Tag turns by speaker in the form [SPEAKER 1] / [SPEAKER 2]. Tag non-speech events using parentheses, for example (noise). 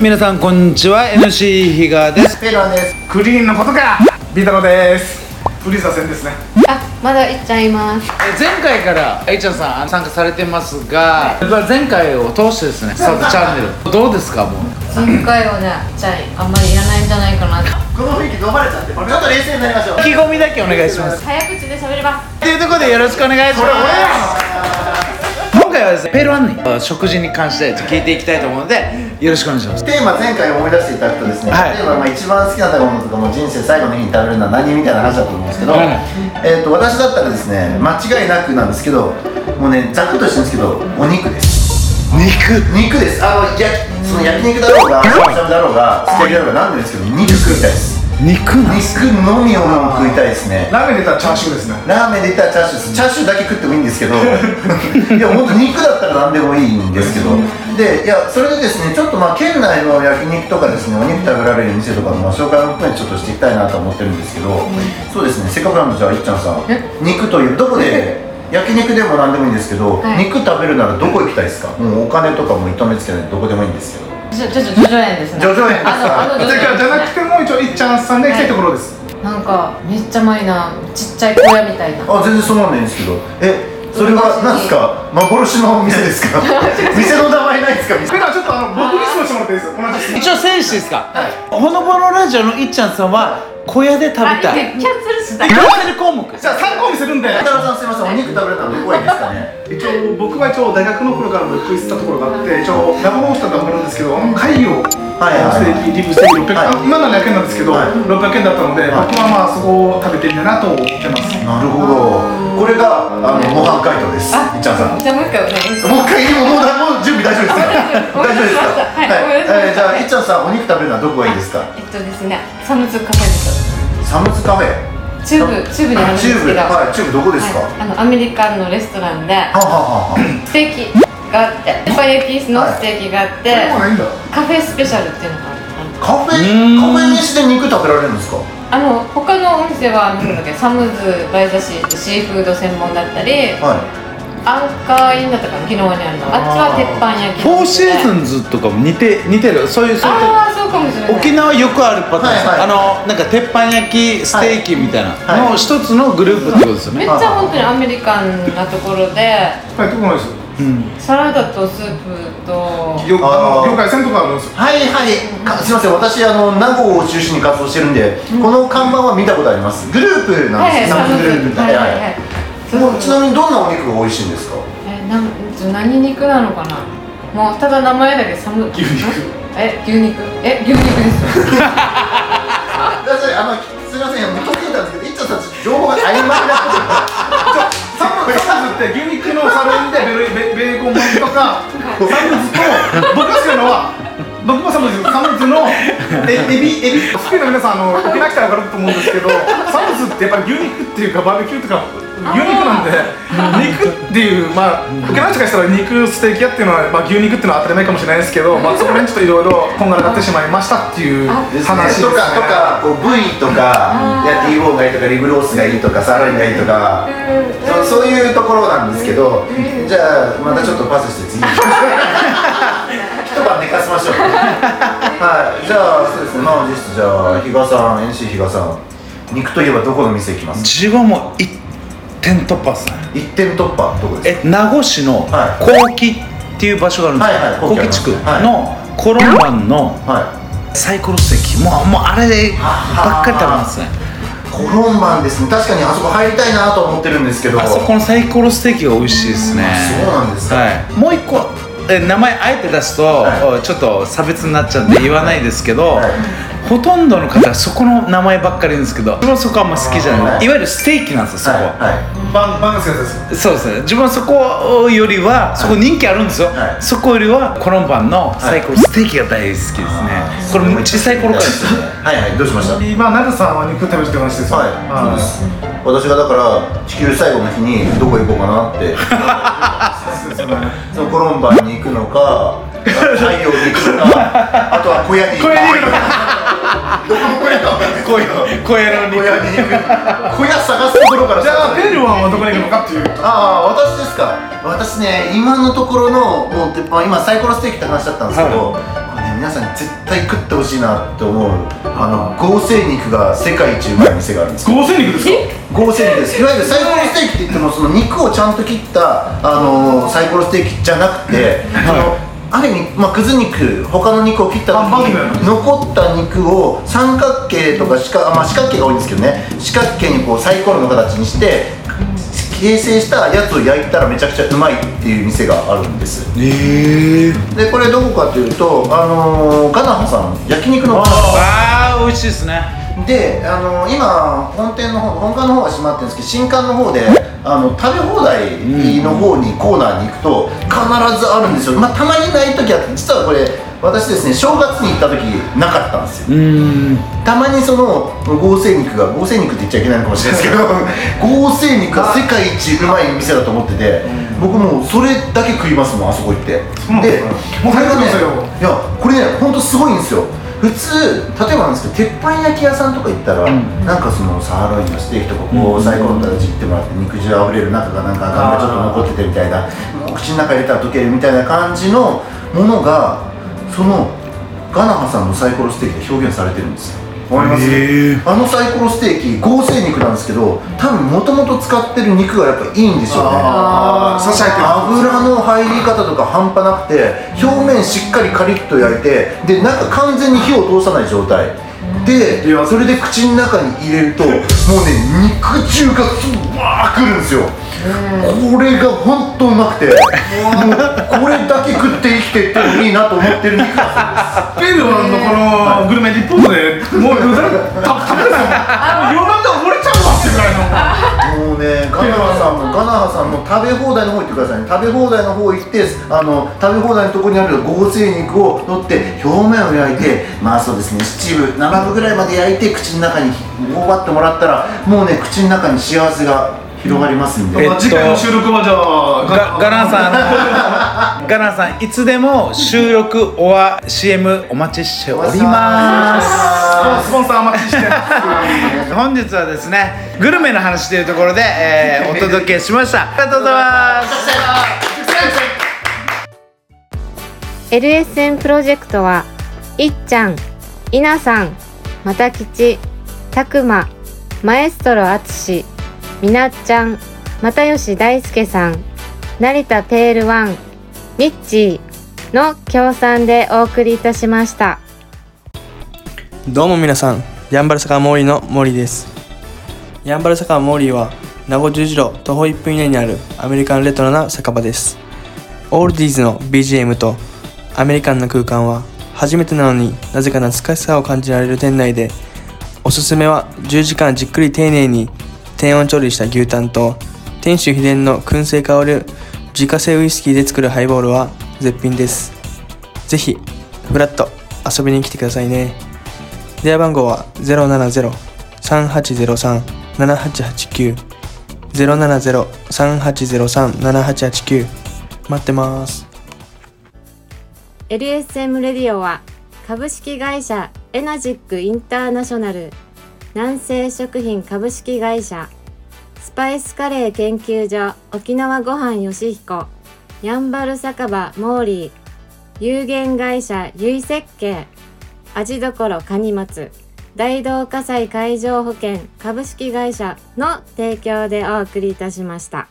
[SPEAKER 1] 皆さんこんにちは MC 比嘉です
[SPEAKER 2] ペロンですクリーンのことかビタロですフリーザ戦ですね
[SPEAKER 3] あ、まだいっちゃいます。
[SPEAKER 1] え前回からえいちゃんさん参加されてますが、まあ前回を通してですねサブチャンネルどうですかもう
[SPEAKER 3] 今回はね、じゃあ、あんまりいらないんじゃないかな。
[SPEAKER 2] この雰囲気飲まれちゃってちょっと冷静になりましょう
[SPEAKER 1] 意気込みだけお願いします
[SPEAKER 3] 早口で喋れば。
[SPEAKER 1] というところでよろしくお願いします今回はですねペルワンの食事に関して聞いていきたいと思うのでよろしくお願いします
[SPEAKER 4] テーマ前回思い出していただくとですね、
[SPEAKER 1] はい
[SPEAKER 4] 例えばまあ一番好きな食べ物とかもう人生最後の日に食べるのは何みたいな話だと思うんですけど、
[SPEAKER 1] はい
[SPEAKER 4] えー、と私だったらですね間違いなくなんですけどもうねざっくっとしてるんですけどお肉です
[SPEAKER 1] 肉
[SPEAKER 4] 肉ですあのやその焼肉だろうがおしゃだろうがステーキだろうが何でもいいですけど肉食いたいです
[SPEAKER 1] 肉なん
[SPEAKER 4] 肉のみをもう食いたいですね
[SPEAKER 2] ラーメンで言ったらチャーシューですね
[SPEAKER 4] ラーメンで言ったらチャーシューですチャーシューだけ食ってもいいんですけど (laughs) いやもっと肉だったら何でもいいんですけどでいやそれでですねちょっとまあ県内の焼肉とかですねお肉食べられる店とかのまあ紹介も含めてちょっとしていきたいなと思ってるんですけど、そうですねせっかくなんでじゃあいっちゃんさん肉というどこで焼肉でも何でもいいんですけど、
[SPEAKER 3] はい
[SPEAKER 4] 肉食べるならどこ行きたいですかもうお金とかも痛めつけないでどこでもいいんですけど
[SPEAKER 3] ちょ、ちょ、ちょ、叙々苑ですね。
[SPEAKER 4] 叙々苑ですか
[SPEAKER 3] あの、あの、
[SPEAKER 2] じ
[SPEAKER 3] 叙
[SPEAKER 2] ゃ
[SPEAKER 3] 々
[SPEAKER 2] あじゃ
[SPEAKER 3] 苑
[SPEAKER 2] な
[SPEAKER 3] で
[SPEAKER 2] く
[SPEAKER 3] すね
[SPEAKER 2] ても一応いっちゃんさんで行きたいところです
[SPEAKER 3] なんか、めっちゃマイナー、ちっちゃい小屋みたいな。
[SPEAKER 4] あ全然そうなんないんですけどえそれは何ですか幻のお店です
[SPEAKER 3] (laughs)
[SPEAKER 4] か店の名前ないですか
[SPEAKER 2] ペロンちょっとあの僕に質問してもらっていいですか同じ質問
[SPEAKER 1] 一応選手ですか、ほのぼのラジオのいっちゃんさんは小屋で食べたい
[SPEAKER 3] あ、キャンセルした
[SPEAKER 1] キャンセル項目
[SPEAKER 2] じゃあ参考見せるんで
[SPEAKER 4] 太郎さんすいませんお肉食べれたのどこがいいですかね
[SPEAKER 2] 一応僕は一応大学の頃から僕行ってたところがあって一応ラブホースだと思うんですけど会議を
[SPEAKER 4] はいは
[SPEAKER 2] ス
[SPEAKER 4] い
[SPEAKER 2] テーキリブステーキ600、
[SPEAKER 4] はい
[SPEAKER 2] 今なら100円なんですけど、
[SPEAKER 4] はい
[SPEAKER 2] 600円だったので、
[SPEAKER 4] はい
[SPEAKER 2] 僕はまあそこを食べてみたいなと思ってます
[SPEAKER 4] なるほどこれがあの模範解答ですいっちゃんさん
[SPEAKER 3] じゃあ、もう一回お願いします。
[SPEAKER 4] もう一回もうもう準備大丈夫ですか
[SPEAKER 3] ごめんな
[SPEAKER 4] 大丈夫
[SPEAKER 3] さいはいごめんなさい
[SPEAKER 4] ですかえーじゃあいっちゃんさんお肉食べるのはどこがいいですか
[SPEAKER 3] えっとですね、サムズカフェです。
[SPEAKER 4] サムズカフェ
[SPEAKER 3] チューブ、チューブであるんですけ
[SPEAKER 4] チュ
[SPEAKER 3] ど。
[SPEAKER 4] ーブはいチューブどこですか、
[SPEAKER 3] はいあの、アメリカンのレストランで、
[SPEAKER 4] はははは
[SPEAKER 3] ステーキがあって、鉄板焼きのステーキがあって、
[SPEAKER 2] でもないんだ
[SPEAKER 3] カフェスペシャルっていうのがある。
[SPEAKER 4] カフ
[SPEAKER 1] ー
[SPEAKER 4] ェカ
[SPEAKER 1] ん
[SPEAKER 4] フェ飯で肉食べられるんですか
[SPEAKER 3] あの他のお店はなんだっけサムズバイザシーってシーフード専門だったり
[SPEAKER 4] はい
[SPEAKER 3] アンカーインだったかな昨日にあるのあっちは鉄板焼き
[SPEAKER 1] フォーシーズ
[SPEAKER 3] ン
[SPEAKER 1] ンズとかも似て似てるそういうそういう
[SPEAKER 3] ああそうかもしれない
[SPEAKER 1] 沖縄よくあるパターンです、
[SPEAKER 4] はいはい
[SPEAKER 1] あのなんか鉄板焼きステーキみたいな、
[SPEAKER 4] はい
[SPEAKER 1] の一つのグループってことですよ
[SPEAKER 3] めっ
[SPEAKER 1] ね、
[SPEAKER 3] ちゃ本当にアメリカンなところで
[SPEAKER 2] はい、どこもないですよ
[SPEAKER 1] うん
[SPEAKER 3] サラダとスープと
[SPEAKER 2] よあ
[SPEAKER 4] あ
[SPEAKER 2] の
[SPEAKER 4] ー
[SPEAKER 2] 業界線とかあるんですよ
[SPEAKER 4] はいはいかすいません私あの名護を中心に活動してるんで、この看板は見たことありますグループなん
[SPEAKER 3] はい
[SPEAKER 4] で
[SPEAKER 3] はい
[SPEAKER 4] すよ、
[SPEAKER 3] サ
[SPEAKER 4] サム
[SPEAKER 3] ムズ
[SPEAKER 4] ズグループみた
[SPEAKER 3] はいい
[SPEAKER 4] な、
[SPEAKER 3] は
[SPEAKER 4] はい
[SPEAKER 3] いはいそう
[SPEAKER 4] もうち
[SPEAKER 3] そう
[SPEAKER 4] なみにどんなお肉が美味しいんですか
[SPEAKER 3] えなんちょ何肉なのかなもうただ名前だけサム
[SPEAKER 2] 牛肉
[SPEAKER 3] え牛肉え牛肉ですよ
[SPEAKER 4] ああのすいません見つけたんですけどいっちゃんたち情報が曖昧な
[SPEAKER 2] サムサムズって牛肉のサルミでベルベベーコン巻きとかサムズと僕が好きなのは僕もサムズサムズのえエビエビスペインの皆さんあの沖縄来たら分かると思うんですけどサムズってやっぱり牛肉っていうかバーベキューとか牛肉なんで肉っていうまあ沖縄人からしたら肉ステーキ屋っていうのは、まあ、牛肉っていうのは当たり前かもしれないですけど、まあ、そこら辺ちょっといろいろこんがらがってしまいましたっていう話です、ね、
[SPEAKER 4] とかとかこう部位とか
[SPEAKER 3] あー
[SPEAKER 4] いや T ボーンがいいとかリブロースがいいとかサーロインがいいとか
[SPEAKER 3] うん
[SPEAKER 4] そそういうところなんですけど
[SPEAKER 3] うん
[SPEAKER 4] じゃあまたちょっとパスして
[SPEAKER 3] (laughs)
[SPEAKER 4] 次一晩寝かせましょうはいじゃあそうですねまあ実質じゃあ比嘉さん NC 比嘉さん肉といえばどこの店行きます
[SPEAKER 1] 自分はもう一点突破ですね
[SPEAKER 4] 一点突破どこです
[SPEAKER 1] え名護市の
[SPEAKER 4] は
[SPEAKER 1] 幸喜っていう場所があるんですよ
[SPEAKER 4] はいはい
[SPEAKER 1] 幸喜地区
[SPEAKER 4] 幸喜あり
[SPEAKER 1] のコロンバンの
[SPEAKER 4] かはい
[SPEAKER 1] サイコロステーキもうもうあれでばっかり食べますね
[SPEAKER 4] コロンバンですね確かにあそこ入りたいなと思ってるんですけど
[SPEAKER 1] あそこのサイコロステーキが美味しいですね
[SPEAKER 4] そうなんですか
[SPEAKER 1] はい、もう一個え名前あえて出すと、
[SPEAKER 4] は
[SPEAKER 1] ちょっと差別になっちゃうんで言わないですけど、
[SPEAKER 4] はい
[SPEAKER 1] ほとんどの方はそこの名前ばっかり言うんですけど自分はそこあんま好きじゃない、
[SPEAKER 4] はい
[SPEAKER 1] い、わゆるステーキなんですよそこ、
[SPEAKER 4] はいはい
[SPEAKER 2] バンバンが好きなやつです
[SPEAKER 1] そうですね自分はそこよりは、そこ人気あるんですよ、
[SPEAKER 4] はい
[SPEAKER 1] そこよりはコロンバンのサイコロステーキが大好きですね、これもう小さい頃からです
[SPEAKER 4] ねはいはいどうしましたはい
[SPEAKER 2] 今ナルさんは肉食べるって話ですよ
[SPEAKER 4] そうです私がだから地球最後の日にどこ行こうかなってそのコロンバンに行くのか太陽に行くのかあとは小屋に行くのかどこの小屋か分かんない
[SPEAKER 1] こういうこういうの
[SPEAKER 4] 小
[SPEAKER 1] に
[SPEAKER 4] 屋に行く小屋探すところから
[SPEAKER 2] じゃあペルワンはどこに行くのかっていう
[SPEAKER 4] ああ私ですか私ね今のところのもう鉄板今サイコロステーキって話だったんですけど、これね皆さんに絶対食ってほしいなって思うあの合成肉が世界一うまい店があるんですよ
[SPEAKER 2] 合成肉ですか
[SPEAKER 4] 合成肉ですいわゆるサイコロステーキって言ってもその肉をちゃんと切ったあのサイコロステーキじゃなくて、そのある意味、まあ、くず肉他の肉を切った時
[SPEAKER 2] ハンバーグみたいな
[SPEAKER 4] に残った肉を三角形とか四角,、まあ、四角形が多いんですけどね四角形にこうサイコロの形にして形成したやつを焼いたらめちゃくちゃうまいっていう店があるんです
[SPEAKER 1] ええ
[SPEAKER 4] でこれどこかというと、あのーガナハさん焼肉の
[SPEAKER 1] わあ美味しいですね
[SPEAKER 4] で、あのー今本店の方本館の方は閉まってるんですけど新館の方であの食べ放題の方にコーナーに行くと必ずあるんですよ、まあ、たまにない時は実はこれ私ですね正月に行った時なかったんですよ
[SPEAKER 1] うん
[SPEAKER 4] たまにその合成肉が合成肉って言っちゃいけないのかもしれないです
[SPEAKER 2] (laughs)
[SPEAKER 4] けど合成肉が世界一うまい店だと思ってて僕もうそれだけ食いますもんあそこ行って
[SPEAKER 2] うなんだ
[SPEAKER 4] で
[SPEAKER 2] もう
[SPEAKER 4] これがね
[SPEAKER 2] 早く食べま
[SPEAKER 4] いやこれねほんとすごいんですよ普通例えばなんですけど鉄板焼き屋さんとか行ったら、なんかそのサーロインのステーキとかこう、サイコロの形行ってもらって肉汁あふれる中がなんか赤身がちょっと残っててみたいな口の中入れたら溶けるみたいな感じのものがそのガナハさんのサイコロステーキで表現されてるんですよわかります、あのサイコロステーキ合成肉なんですけど多分もともと使ってる肉がやっぱいいんですよね
[SPEAKER 2] あー差し入ってる
[SPEAKER 4] 油の入り方とか半端なくて表面しっかりカリッと焼いてで中完全に火を通さない状態で
[SPEAKER 2] いや
[SPEAKER 4] それで口の中に入れるともうね肉汁がうわーくるんですよこれが本当うまくてもうこれだけ食って生きてってもいいなと思ってる肉が
[SPEAKER 2] ペルーのこのグルメリポートでもううざた食べないようなんで溺れちゃうわっていうぐらいの
[SPEAKER 4] もうね、ガナハさんもガナハさんも食べ放題の方行ってくださいね食べ放題の方行ってあの食べ放題のところにある合成肉を取って表面を焼いてまあそうですね7分7分ぐらいまで焼いて口の中に頬張ってもらったらもうね口の中に幸せが広がりますんで、
[SPEAKER 1] えっと
[SPEAKER 2] 次回の収録はじゃ
[SPEAKER 1] ガ
[SPEAKER 2] あ
[SPEAKER 1] ガランさんガランさんいつでも収録おわ CM お待ちしております
[SPEAKER 2] スポンサーお待ちしてます
[SPEAKER 1] 本日はですねグルメの話というところで、えーお届けしましたありがとうございます
[SPEAKER 5] LSN プロジェクトはいっちゃん、いなさん、またきち、たくま、マエストロあつし、みなっちゃん、またよし大輔さん、成田ペールワン、ミッチーの協賛でお送りいたしました。
[SPEAKER 6] どうも皆さん、ヤンバル坂モーリーのモーリーです。ヤンバル坂モーリーは、名護十字路徒歩1分以内にあるアメリカンレトロな酒場です。オールディーズの BGM とアメリカンな空間は、初めてなのになぜか懐かしさを感じられる店内で、おすすめは10時間じっくり丁寧に低温調理した牛タンと、店主秘伝の燻製香る自家製ウイスキーで作るハイボールは絶品です。ぜひ、フラッと遊びに来てくださいね。電話番号は070-3803-7889 070-3803-7889待ってます。
[SPEAKER 5] LSM レディオは株式会社エナジックインターナショナル南西食品株式会社スパイスカレー研究所沖縄ごはんよしひこやんばる酒場モーリー有限会社ゆい設計味どころかに松大同火災海上保険株式会社の提供でお送りいたしました。